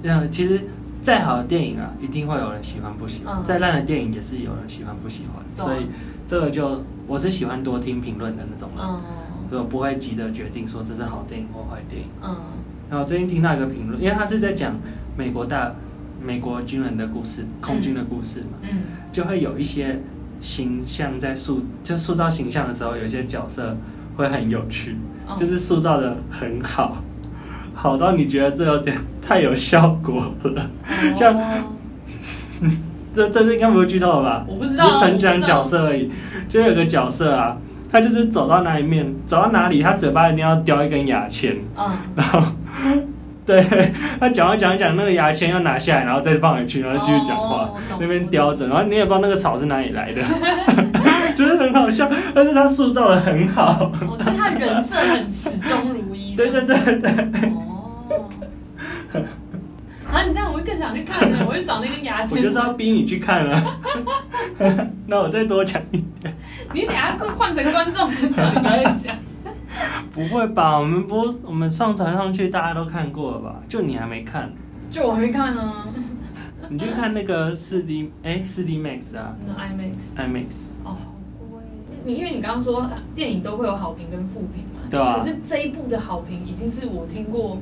[SPEAKER 1] 呃，其实再好的电影啊，一定会有人喜欢不喜欢；
[SPEAKER 2] 嗯
[SPEAKER 1] 再烂的电影也是有人喜欢不喜欢。
[SPEAKER 2] 懂
[SPEAKER 1] 所以这个就我是喜欢多听评论的那种人，
[SPEAKER 2] 嗯
[SPEAKER 1] 所以我不会急着决定说这是好电影或坏电影。
[SPEAKER 2] 嗯
[SPEAKER 1] 然后最近听到一个评论，因为他是在讲美国大美国军人的故事，空军的故事嘛。
[SPEAKER 2] 嗯，
[SPEAKER 1] 就会有一些形象在塑，就塑造形象的时候，有一些角色会很有趣，
[SPEAKER 2] 嗯
[SPEAKER 1] 就是塑造的很好， *laughs* 好到你觉得这有点太有效果了。 *laughs* 像
[SPEAKER 2] 哦
[SPEAKER 1] 这这就应该不会剧透了吧？
[SPEAKER 2] 我不知道啊
[SPEAKER 1] 只是纯
[SPEAKER 2] 我
[SPEAKER 1] 讲
[SPEAKER 2] 不知道
[SPEAKER 1] 角色而已。就有个角色啊，他就是走到哪里面，走到哪里，他嘴巴一定要叼一根牙签， *laughs*
[SPEAKER 2] 嗯。
[SPEAKER 1] 然后。对他讲一讲一讲，那个牙签要拿下来，然后再放回去，然后继续讲话。
[SPEAKER 2] 哦我懂
[SPEAKER 1] 那边叼着，然后你也不知道那个草是哪里来
[SPEAKER 2] *laughs*
[SPEAKER 1] 的， *laughs* 就是很好笑，但是他塑造的很好。
[SPEAKER 2] 哦，所以他人设很始终如一。
[SPEAKER 1] 对对。对对，
[SPEAKER 2] 哦。啊，你这样我会更想去看
[SPEAKER 1] *laughs*
[SPEAKER 2] 了，我就找那根牙
[SPEAKER 1] 我
[SPEAKER 2] 签
[SPEAKER 1] 就。是要逼你去看了。 *laughs* 那我再多讲一点，
[SPEAKER 2] 你等一下会换成观众的角度来讲。
[SPEAKER 1] 不会吧？我们播我们上传上去，大家都看过了吧？就你还没看，
[SPEAKER 2] 就我还没看呢、
[SPEAKER 1] 你去看那个四 D 哎四 D Max 啊
[SPEAKER 2] 那 IMAX
[SPEAKER 1] ，IMAX，
[SPEAKER 2] 哦，好贵。你因为你刚刚说啊电影都会有好评跟负评嘛，
[SPEAKER 1] 对啊
[SPEAKER 2] 可是这一部的好评已经是我听过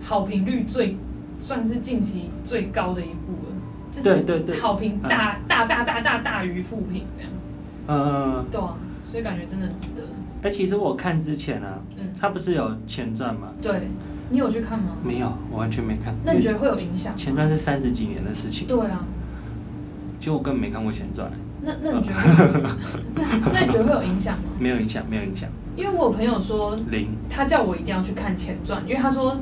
[SPEAKER 2] 好评率最算是近期最高的一部了，就
[SPEAKER 1] 对
[SPEAKER 2] 是
[SPEAKER 1] 对嗯对，
[SPEAKER 2] 好评大大大大大大于负评这样，
[SPEAKER 1] 嗯，
[SPEAKER 2] 对啊，所以感觉真的很值得。
[SPEAKER 1] 哎，其实我看之前啊，
[SPEAKER 2] 嗯
[SPEAKER 1] 他不是有前传吗？
[SPEAKER 2] 对，你有去看吗？
[SPEAKER 1] 没有，我完全没看。
[SPEAKER 2] 那你觉得会有影响
[SPEAKER 1] 因为
[SPEAKER 2] 吗？
[SPEAKER 1] 前传是三十几年的事情，
[SPEAKER 2] 对啊，
[SPEAKER 1] 其实我根本没看过前传，
[SPEAKER 2] 那那你觉
[SPEAKER 1] *laughs*
[SPEAKER 2] 得，那那你觉得会有影响吗？
[SPEAKER 1] 没有影响，没有影响，
[SPEAKER 2] 因为我有朋友说，
[SPEAKER 1] 零。
[SPEAKER 2] 他叫我一定要去看前传，因为他说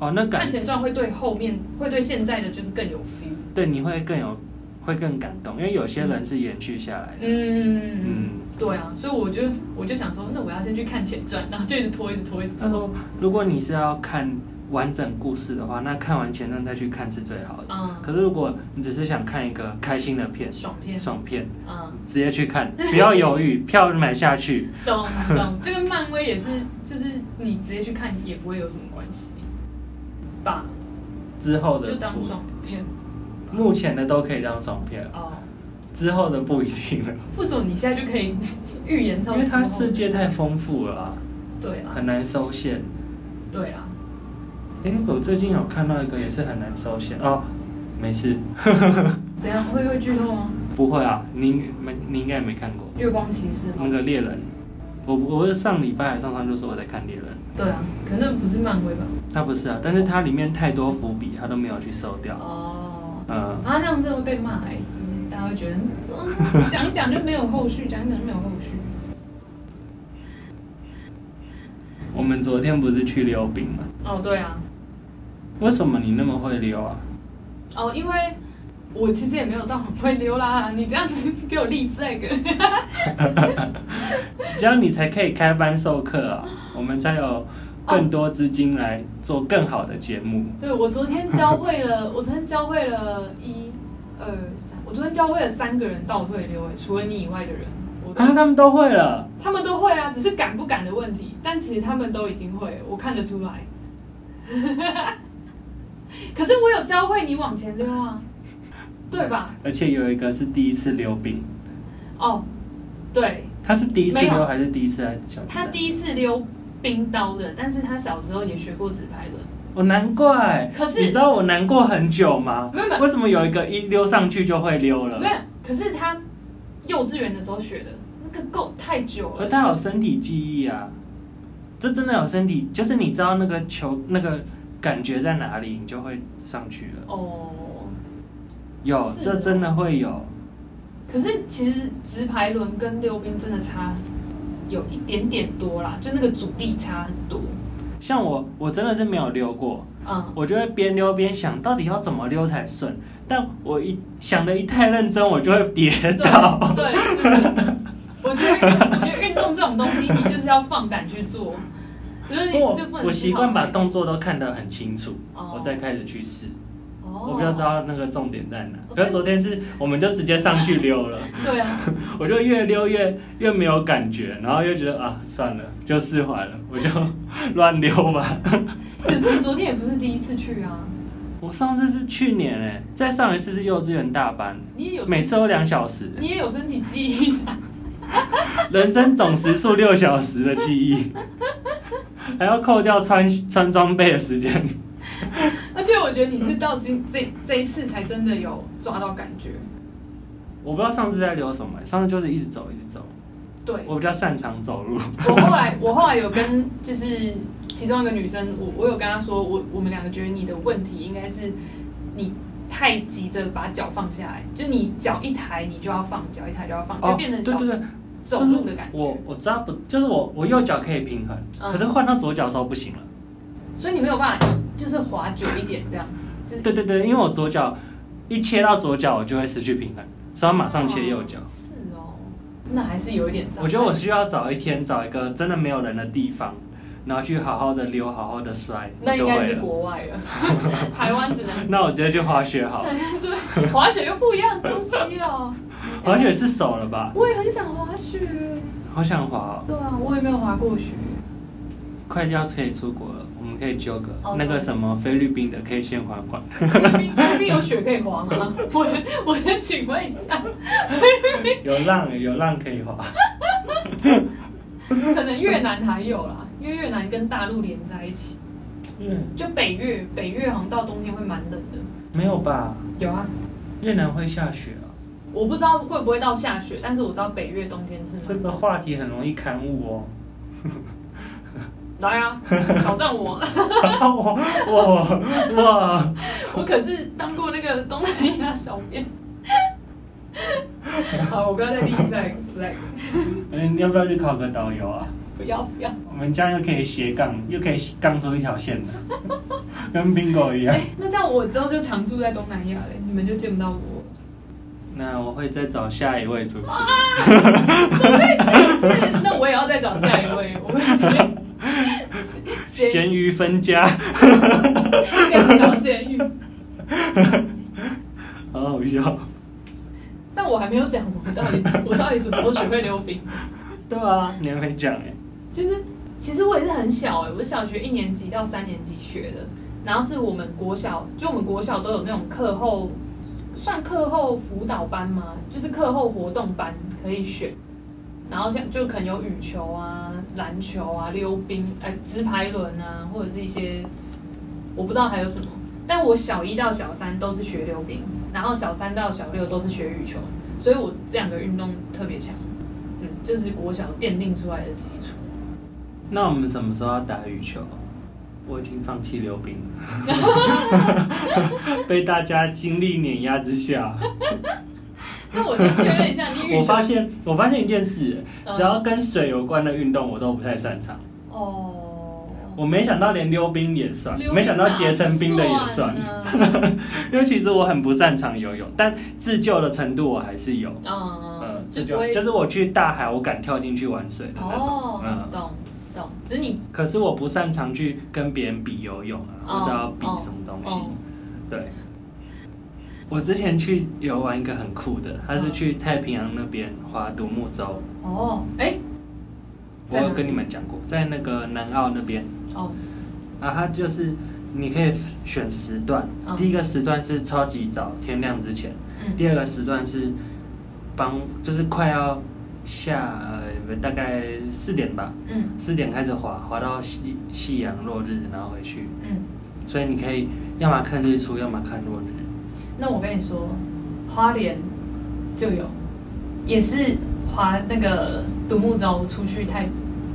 [SPEAKER 1] 哦，那
[SPEAKER 2] 看
[SPEAKER 1] 感
[SPEAKER 2] 前传会对后面，会对现在的就是更有 feel。
[SPEAKER 1] 对你会更有，会更感动，因为有些人是延续下来的。
[SPEAKER 2] 嗯，
[SPEAKER 1] 嗯，
[SPEAKER 2] 对啊，所以我就我就想说，那我要先去看前传，然后就一直拖，一直拖，一直
[SPEAKER 1] 他
[SPEAKER 2] 拖。
[SPEAKER 1] 说如果你是要看完整故事的话，那看完前传再去看是最好的。
[SPEAKER 2] 嗯，
[SPEAKER 1] 可是如果你只是想看一个开心的片、
[SPEAKER 2] 爽片，
[SPEAKER 1] 爽片，
[SPEAKER 2] 嗯，
[SPEAKER 1] 直接去看，不要犹豫，票买下去。
[SPEAKER 2] 懂懂。 *laughs* 这跟漫威也是，就是你直接去看也不会有什么关系，吧？
[SPEAKER 1] 之后的
[SPEAKER 2] 就当
[SPEAKER 1] 不
[SPEAKER 2] 爽片
[SPEAKER 1] 目前的都可以当爽片了，
[SPEAKER 2] 哦。
[SPEAKER 1] 之后的不一定了，
[SPEAKER 2] 为什么你现在就可以预言
[SPEAKER 1] 因
[SPEAKER 2] 到？
[SPEAKER 1] 为它世界太丰富了啊、
[SPEAKER 2] 对啊，
[SPEAKER 1] 很难收线。
[SPEAKER 2] 对啊，
[SPEAKER 1] 哎、我最近有看到一个也是很难收线哦，没事，
[SPEAKER 2] 怎样会会剧透吗？
[SPEAKER 1] 不会啊，你没你应该也没看过
[SPEAKER 2] 月光骑士吗
[SPEAKER 1] 那个猎人，我我是上礼拜还上上就说我在看猎人，
[SPEAKER 2] 对啊，可能不是漫威吧？
[SPEAKER 1] 它不是啊，但是它里面太多伏笔，它都没有去收掉。
[SPEAKER 2] 哦，
[SPEAKER 1] 嗯，
[SPEAKER 2] 啊，那样真的会被骂哎、就是大家会觉得嗯怎么讲一讲就没有后续，讲一讲就没有后续。
[SPEAKER 1] 我们昨天不是去溜冰吗？
[SPEAKER 2] 哦，对啊，
[SPEAKER 1] 为什么你那么会溜啊？
[SPEAKER 2] 哦，因为我其实也没有到很会溜啦，你这样子 *laughs* 给我立 flag， *laughs*
[SPEAKER 1] 这样你才可以开班授课啊，我们才有更多资金来做更好的节目。
[SPEAKER 2] 对我昨天教会 *laughs* 了，我昨天教会了一二三，我昨天教会了三个人倒退溜哎、除了你以外的人，我都
[SPEAKER 1] 啊，他们都会了，
[SPEAKER 2] 他们都会啊，只是敢不敢的问题。但其实他们都已经会，我看得出来。 *laughs* 可是我有教会你往前溜啊，对吧？
[SPEAKER 1] 而且有一个是第一次溜冰，
[SPEAKER 2] 哦，对，
[SPEAKER 1] 他是第一次
[SPEAKER 2] 没
[SPEAKER 1] 溜
[SPEAKER 2] 有
[SPEAKER 1] 还是第一次来小巨蛋？
[SPEAKER 2] 他第一次溜冰刀的，但是他小时候也学过直排轮。
[SPEAKER 1] 我难怪，
[SPEAKER 2] 可是
[SPEAKER 1] 你知道我难过很久吗？
[SPEAKER 2] 没有没有
[SPEAKER 1] 为什么有一个一溜上去就会溜了
[SPEAKER 2] 没？有，可是他幼稚园的时候学的那个够太久
[SPEAKER 1] 而
[SPEAKER 2] 了。
[SPEAKER 1] 他有身体记忆啊，这真的有身体，就是你知道那个球那个感觉在哪里，你就会上去了。
[SPEAKER 2] 哦，
[SPEAKER 1] 有，
[SPEAKER 2] 是
[SPEAKER 1] 这
[SPEAKER 2] 哦
[SPEAKER 1] 真的会有。
[SPEAKER 2] 可是其实直排轮跟溜冰真的差有一点点多啦，就那个阻力差很多。
[SPEAKER 1] 像我，我真的是没有溜过，
[SPEAKER 2] 嗯，
[SPEAKER 1] 我就会边溜边想到底要怎么溜才顺。但我一想的一太认真，哦我就会跌倒。
[SPEAKER 2] 对，就是我觉得，我觉得运动这种东西，你就是要放胆去做，就是你
[SPEAKER 1] *laughs* 我
[SPEAKER 2] 就不能
[SPEAKER 1] 我习惯把
[SPEAKER 2] 动，
[SPEAKER 1] 动作都看得很清楚，
[SPEAKER 2] 哦
[SPEAKER 1] 我再开始去试。
[SPEAKER 2] 哦
[SPEAKER 1] 我比较知道那个重点在哪。
[SPEAKER 2] 所以
[SPEAKER 1] 可是昨天是，我们就直接上去溜了，
[SPEAKER 2] 对啊，
[SPEAKER 1] 我就越溜越越没有感觉，然后又觉得啊算了，就释怀了，我就 *laughs* 乱溜吧。
[SPEAKER 2] 可是你昨天也不是第一次去啊，
[SPEAKER 1] 我上次是去年哎、再上一次是幼稚园大班，
[SPEAKER 2] 你也有
[SPEAKER 1] 每次都两小时，
[SPEAKER 2] 你也有身体记忆， *laughs*
[SPEAKER 1] 人生总时数六小时的记忆，还要扣掉穿穿装备的时间。
[SPEAKER 2] 而且我觉得你是到今这这一次才真的有抓到感觉，
[SPEAKER 1] 我不知道上次在溜什么、欸上次就是一直走一直走。
[SPEAKER 2] 对
[SPEAKER 1] 我比较擅长走路，
[SPEAKER 2] 我后来我后来有跟就是其中一个女生，我我有跟她说，我我们两个觉得你的问题应该是你太急着把脚放下来，就你脚一抬你就要放，脚一抬就要放，哦就变成
[SPEAKER 1] 哦对
[SPEAKER 2] 小
[SPEAKER 1] 对对，
[SPEAKER 2] 走路的感觉。
[SPEAKER 1] 我我抓不，就是我我右脚可以平衡，
[SPEAKER 2] 嗯
[SPEAKER 1] 可是换到左脚的时候不行了。
[SPEAKER 2] 所以你没有办法就是滑久一点这样，就是
[SPEAKER 1] 对对对，因为我左脚一切到左脚，我就会失去平衡，所以要马上切右脚。
[SPEAKER 2] 是哦，那还是有一点障碍。
[SPEAKER 1] 我觉得我需要找一天找一个真的没有人的地方，然后去好好的溜，好好的摔，
[SPEAKER 2] 那
[SPEAKER 1] 就
[SPEAKER 2] 应该
[SPEAKER 1] 会
[SPEAKER 2] 是
[SPEAKER 1] 了。
[SPEAKER 2] 国外了， *laughs* 台湾只能
[SPEAKER 1] 那我直接去滑雪 *laughs* 好了，
[SPEAKER 2] 对 *laughs* 对，滑雪又不一样的东西了。
[SPEAKER 1] *laughs*
[SPEAKER 2] 哎
[SPEAKER 1] 滑雪是手了吧？
[SPEAKER 2] 我也很想滑雪，
[SPEAKER 1] 好想滑、哦。
[SPEAKER 2] 对啊，我也没有滑过雪。
[SPEAKER 1] 快要可以出国了，我们可以纠葛、
[SPEAKER 2] 哦
[SPEAKER 1] 那个
[SPEAKER 2] 对
[SPEAKER 1] 什么菲律宾的，可以先缓缓。
[SPEAKER 2] 菲律宾菲律宾有雪可以滑吗？ *laughs* 我我先请问一下，
[SPEAKER 1] 有浪欸有浪可以滑，
[SPEAKER 2] 可能越南还有啦，因为越南跟大陆连在一起，
[SPEAKER 1] 嗯，
[SPEAKER 2] 就北越，北越好像到冬天会蛮冷的。
[SPEAKER 1] 没有吧？
[SPEAKER 2] 有啊，
[SPEAKER 1] 越南会下雪啊，
[SPEAKER 2] 我不知道会不会到下雪，但是我知道北越冬天是
[SPEAKER 1] 这
[SPEAKER 2] 蛮
[SPEAKER 1] 个话题很容易刊物哦。 *laughs*
[SPEAKER 2] 来啊，挑战我！
[SPEAKER 1] 我我我，
[SPEAKER 2] 我可是当过那个东南亚小编。 *laughs* 好，我不要再立 flag flag，
[SPEAKER 1] 嗯，你要不要去考个导游啊？
[SPEAKER 2] 不要不要。
[SPEAKER 1] 我们这样又可以斜杠，又可以杠出一条线的， *laughs* 跟 bingo 一样
[SPEAKER 2] 哎、。那这样我之后就常住在东南亚嘞，你们就见不到我。
[SPEAKER 1] 那我会再找下一位主持人。
[SPEAKER 2] 啊！怎么会这样子？那我也要再找下一位，我们直接
[SPEAKER 1] 咸鱼分家，
[SPEAKER 2] 两条咸鱼。
[SPEAKER 1] 好好笑。
[SPEAKER 2] 但我还没有讲我到底我到底什么时候学会溜冰。
[SPEAKER 1] 对啊，你还没讲哎、
[SPEAKER 2] 就是其实我也是很小哎、我是小学一年级到三年级学的，然后是我们国小，就我们国小都有那种课后，算课后辅导班吗？就是课后活动班可以选，然后像就可能有羽球啊、篮球啊、溜冰、哎、直排轮啊，或者是一些我不知道还有什么。但我小一到小三都是学溜冰，然后小三到小六都是学羽球，所以我这两个运动特别强，嗯，就是国小奠定出来的基础。
[SPEAKER 1] 那我们什么时候要打羽球？我已经放弃溜冰了，
[SPEAKER 2] *laughs*
[SPEAKER 1] *laughs* 被大家经历碾压之下，
[SPEAKER 2] 那我先确认一下，你羽
[SPEAKER 1] *laughs* 我
[SPEAKER 2] 球
[SPEAKER 1] 发现我发现一件事，
[SPEAKER 2] 嗯
[SPEAKER 1] 只要跟水有关的运动我都不太擅长。
[SPEAKER 2] 哦，
[SPEAKER 1] 我没想到连溜冰也算
[SPEAKER 2] 溜，
[SPEAKER 1] 没想到结成冰的也
[SPEAKER 2] 哪
[SPEAKER 1] 算
[SPEAKER 2] 算，啊呢。
[SPEAKER 1] *laughs* 因为其实我很不擅长游泳，但自救的程度我还是有。
[SPEAKER 2] 嗯
[SPEAKER 1] 嗯，，
[SPEAKER 2] 就
[SPEAKER 1] 自
[SPEAKER 2] 不
[SPEAKER 1] 救
[SPEAKER 2] 会
[SPEAKER 1] 就是我去大海，我敢跳进去玩水的那种。
[SPEAKER 2] 哦，
[SPEAKER 1] 嗯，
[SPEAKER 2] 懂懂，只是你
[SPEAKER 1] 可是我不擅长去跟别人比游泳啊，
[SPEAKER 2] 哦
[SPEAKER 1] 或是要比什么东西
[SPEAKER 2] 哦。
[SPEAKER 1] 对，我之前去游玩一个很酷的，他是
[SPEAKER 2] 嗯
[SPEAKER 1] 去太平洋那边划独木舟，
[SPEAKER 2] 哦，哎，
[SPEAKER 1] 我
[SPEAKER 2] 在哪
[SPEAKER 1] 有跟你们讲过，在那个南澳那边。
[SPEAKER 2] 哦，
[SPEAKER 1] 啊，它就是你可以选时段，
[SPEAKER 2] 嗯
[SPEAKER 1] 第一个时段是超级早，天亮之前；
[SPEAKER 2] 嗯，
[SPEAKER 1] 第二个时段是帮，就是快要下，呃，大概四点吧，
[SPEAKER 2] 嗯
[SPEAKER 1] 四点开始滑，滑到夕夕阳落日，然后回去。
[SPEAKER 2] 嗯，
[SPEAKER 1] 所以你可以要么看日出，要么看落日。
[SPEAKER 2] 那我跟你说，花莲就有，也是划那个独木舟出去太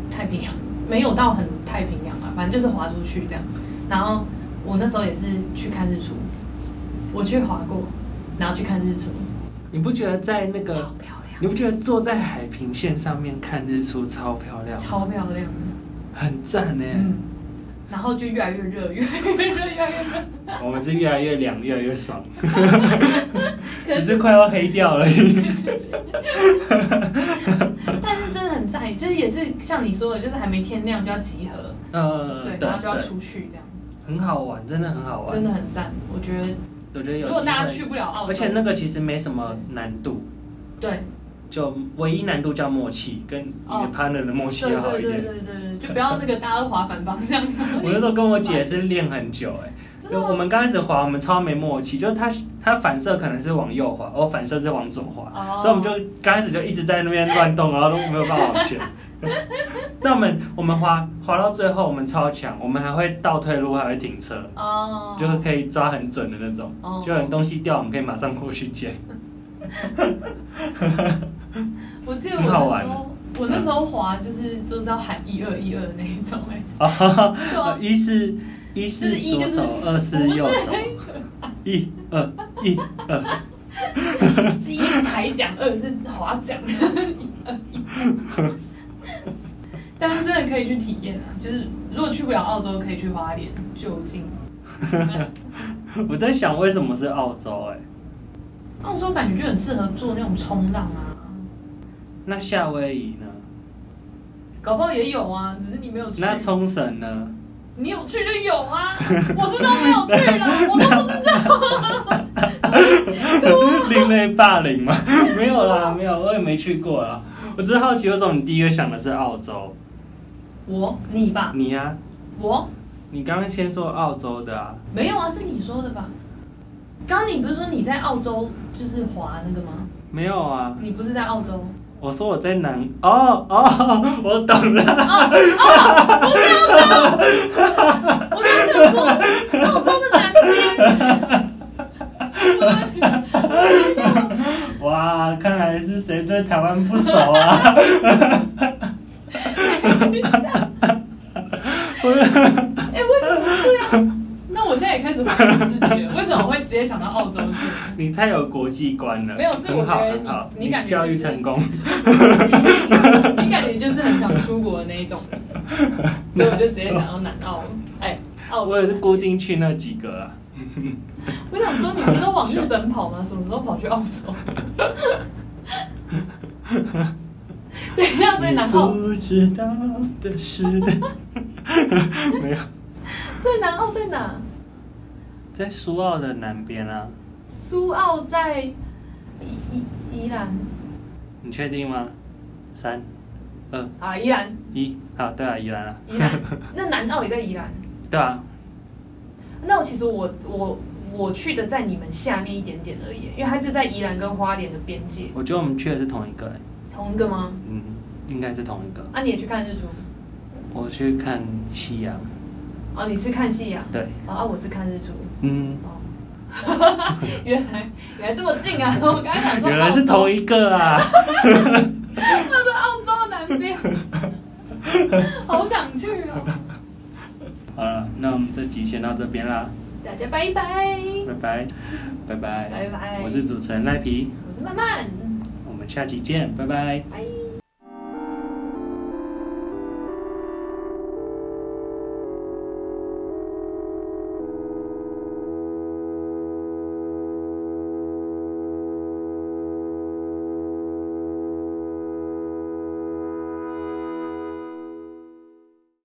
[SPEAKER 2] 太平洋，没有到很太平洋啊，反正就是划出去这样。然后我那时候也是去看日出，我去划过，然后去看日出，
[SPEAKER 1] 你不觉得在那个
[SPEAKER 2] 超，漂亮，
[SPEAKER 1] 你不觉得坐在海平线上面看日出超漂亮，
[SPEAKER 2] 超漂亮的，
[SPEAKER 1] 很赞呢、
[SPEAKER 2] 嗯。然后就越来越热， *laughs* 越来越热，越来越热。
[SPEAKER 1] 我们是越来越凉，越来越爽，
[SPEAKER 2] 可
[SPEAKER 1] 只
[SPEAKER 2] 是，
[SPEAKER 1] 是快要黑掉了。
[SPEAKER 2] 但是真的很在意，就是也是像你说的，就是还没天亮就要集合，
[SPEAKER 1] *laughs* 呃，
[SPEAKER 2] 对，
[SPEAKER 1] 对
[SPEAKER 2] 然后就要
[SPEAKER 1] 对
[SPEAKER 2] 出去这样，
[SPEAKER 1] 很好玩，真的很好玩。
[SPEAKER 2] 真的很赞。我觉得
[SPEAKER 1] 我觉得有
[SPEAKER 2] 如
[SPEAKER 1] 机
[SPEAKER 2] 果
[SPEAKER 1] 会，
[SPEAKER 2] 大家去不了澳洲，
[SPEAKER 1] 而且那个其实没什么难度，
[SPEAKER 2] 对
[SPEAKER 1] 就唯一难度叫默契，跟你的
[SPEAKER 2] 哦
[SPEAKER 1] partner 的默契
[SPEAKER 2] 对
[SPEAKER 1] 要好
[SPEAKER 2] 对
[SPEAKER 1] 一
[SPEAKER 2] 对
[SPEAKER 1] 点。
[SPEAKER 2] 对对对，就不要那个大家都滑反方
[SPEAKER 1] *laughs*
[SPEAKER 2] 向。
[SPEAKER 1] 我那时候跟我姐也是练很久、哎，
[SPEAKER 2] 真
[SPEAKER 1] 就
[SPEAKER 2] 的
[SPEAKER 1] 我
[SPEAKER 2] 吗
[SPEAKER 1] 们刚开始滑，我们超没默契，就是她她反射可能是往右滑，我哦反射是往左滑，
[SPEAKER 2] 哦
[SPEAKER 1] 所以我们就刚开始就一直在那边乱动，然后都没有办法往
[SPEAKER 2] *laughs*
[SPEAKER 1] 前。但我们我们滑滑到最后，我们超强，我们还会倒退路，还会停车，
[SPEAKER 2] 哦，
[SPEAKER 1] 就是可以抓很准的那种。
[SPEAKER 2] 哦
[SPEAKER 1] 就有东西掉，我们可以马上过去捡。
[SPEAKER 2] 我记得我
[SPEAKER 1] 很好
[SPEAKER 2] 那
[SPEAKER 1] 玩
[SPEAKER 2] 时候我那时候滑就是都是要喊一二一二的那一种
[SPEAKER 1] *laughs*
[SPEAKER 2] 哎，对啊
[SPEAKER 1] 呃，一是一
[SPEAKER 2] 就是是一
[SPEAKER 1] 左
[SPEAKER 2] 就是
[SPEAKER 1] 手，二是右手
[SPEAKER 2] 不，
[SPEAKER 1] *laughs* 一二一二，
[SPEAKER 2] 是一是台奖，二是滑奖，一二一二 *laughs* 但是真的可以去体验啊，就是如果去不了澳洲，可以去花莲、就近。
[SPEAKER 1] 我在想为什么是澳洲哎、
[SPEAKER 2] 澳洲感觉就很适合做那种冲浪啊，
[SPEAKER 1] 那夏威夷呢？
[SPEAKER 2] 搞不好也有啊，只是你没有去。
[SPEAKER 1] 那冲绳
[SPEAKER 2] *laughs*
[SPEAKER 1] 呢？
[SPEAKER 2] 你有去就有啊， *laughs* 我是都没有去了，我都不知道。
[SPEAKER 1] 另类霸凌吗？ *laughs* 没有啦，没有，我也没去过啦。我只是好奇，为什么你第一个想的是澳洲？
[SPEAKER 2] 我你吧，
[SPEAKER 1] 你呀、
[SPEAKER 2] 我
[SPEAKER 1] 你刚刚先说澳洲的啊，
[SPEAKER 2] 没有啊，是你说的吧？刚刚你不是说你在澳洲就是滑那个吗？
[SPEAKER 1] 没有啊？
[SPEAKER 2] 你不是在澳洲？
[SPEAKER 1] 我说我在南哦哦， *laughs* 我懂了。
[SPEAKER 2] 哦哦，不是澳洲，我刚想说澳洲的南边。
[SPEAKER 1] 哇，看来是谁对台湾不熟啊？
[SPEAKER 2] 哎、为什么对啊？那我现在也开始怀疑自己了，为什么我会直接想到澳洲去？
[SPEAKER 1] 你太有国际观了，
[SPEAKER 2] 没有是我
[SPEAKER 1] 很好
[SPEAKER 2] 觉得
[SPEAKER 1] 很好，
[SPEAKER 2] 你你感觉
[SPEAKER 1] 教育
[SPEAKER 2] 就是
[SPEAKER 1] 成功，
[SPEAKER 2] *laughs* 你感觉就是很想出国的那一种人，所以我就直接想到南澳。哎、澳洲。
[SPEAKER 1] 我也是固。定去那几个啊。
[SPEAKER 2] 我想说，你们都往日本跑吗？什么时候跑去澳洲？ *laughs* 等一下，所以南澳，
[SPEAKER 1] 你不知道的事， *laughs* 没有
[SPEAKER 2] 所以南澳在哪？
[SPEAKER 1] 在苏澳的南边啊，
[SPEAKER 2] 苏澳在宜宜宜兰
[SPEAKER 1] 你确定吗？三二
[SPEAKER 2] 啊，宜兰
[SPEAKER 1] 一，好，对啊，宜兰啊，
[SPEAKER 2] 宜
[SPEAKER 1] *laughs*
[SPEAKER 2] 兰，那南澳也在宜兰。
[SPEAKER 1] 对啊，
[SPEAKER 2] 那我其实我我我去的在你们下面一点点而已，因为它就在宜兰跟花莲的边界，
[SPEAKER 1] 我觉得我们去的是同一个、欸，
[SPEAKER 2] 同一个吗？
[SPEAKER 1] 嗯，应该是同一个。
[SPEAKER 2] 啊，你也去看日出？
[SPEAKER 1] 我去看夕阳，
[SPEAKER 2] 哦，你是看夕阳？
[SPEAKER 1] 对，
[SPEAKER 2] 哦啊，我是看日
[SPEAKER 1] *laughs*
[SPEAKER 2] 出。
[SPEAKER 1] 嗯，
[SPEAKER 2] 哦，原来原来这么近啊！ *laughs* 我刚才想说，
[SPEAKER 1] 原来是
[SPEAKER 2] *laughs*
[SPEAKER 1] 同
[SPEAKER 2] 一，
[SPEAKER 1] 一个啊，
[SPEAKER 2] 他说澳洲南边，好想去哦！
[SPEAKER 1] *laughs* 好了，那我们这集先到这边啦，
[SPEAKER 2] 大家拜拜，
[SPEAKER 1] 拜拜，拜拜，
[SPEAKER 2] 拜拜
[SPEAKER 1] 我是主持人赖皮，
[SPEAKER 2] 我是曼曼，
[SPEAKER 1] 我们下期见，拜拜。
[SPEAKER 2] 拜。